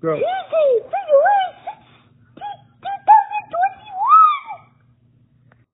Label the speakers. Speaker 1: Go.
Speaker 2: Easy,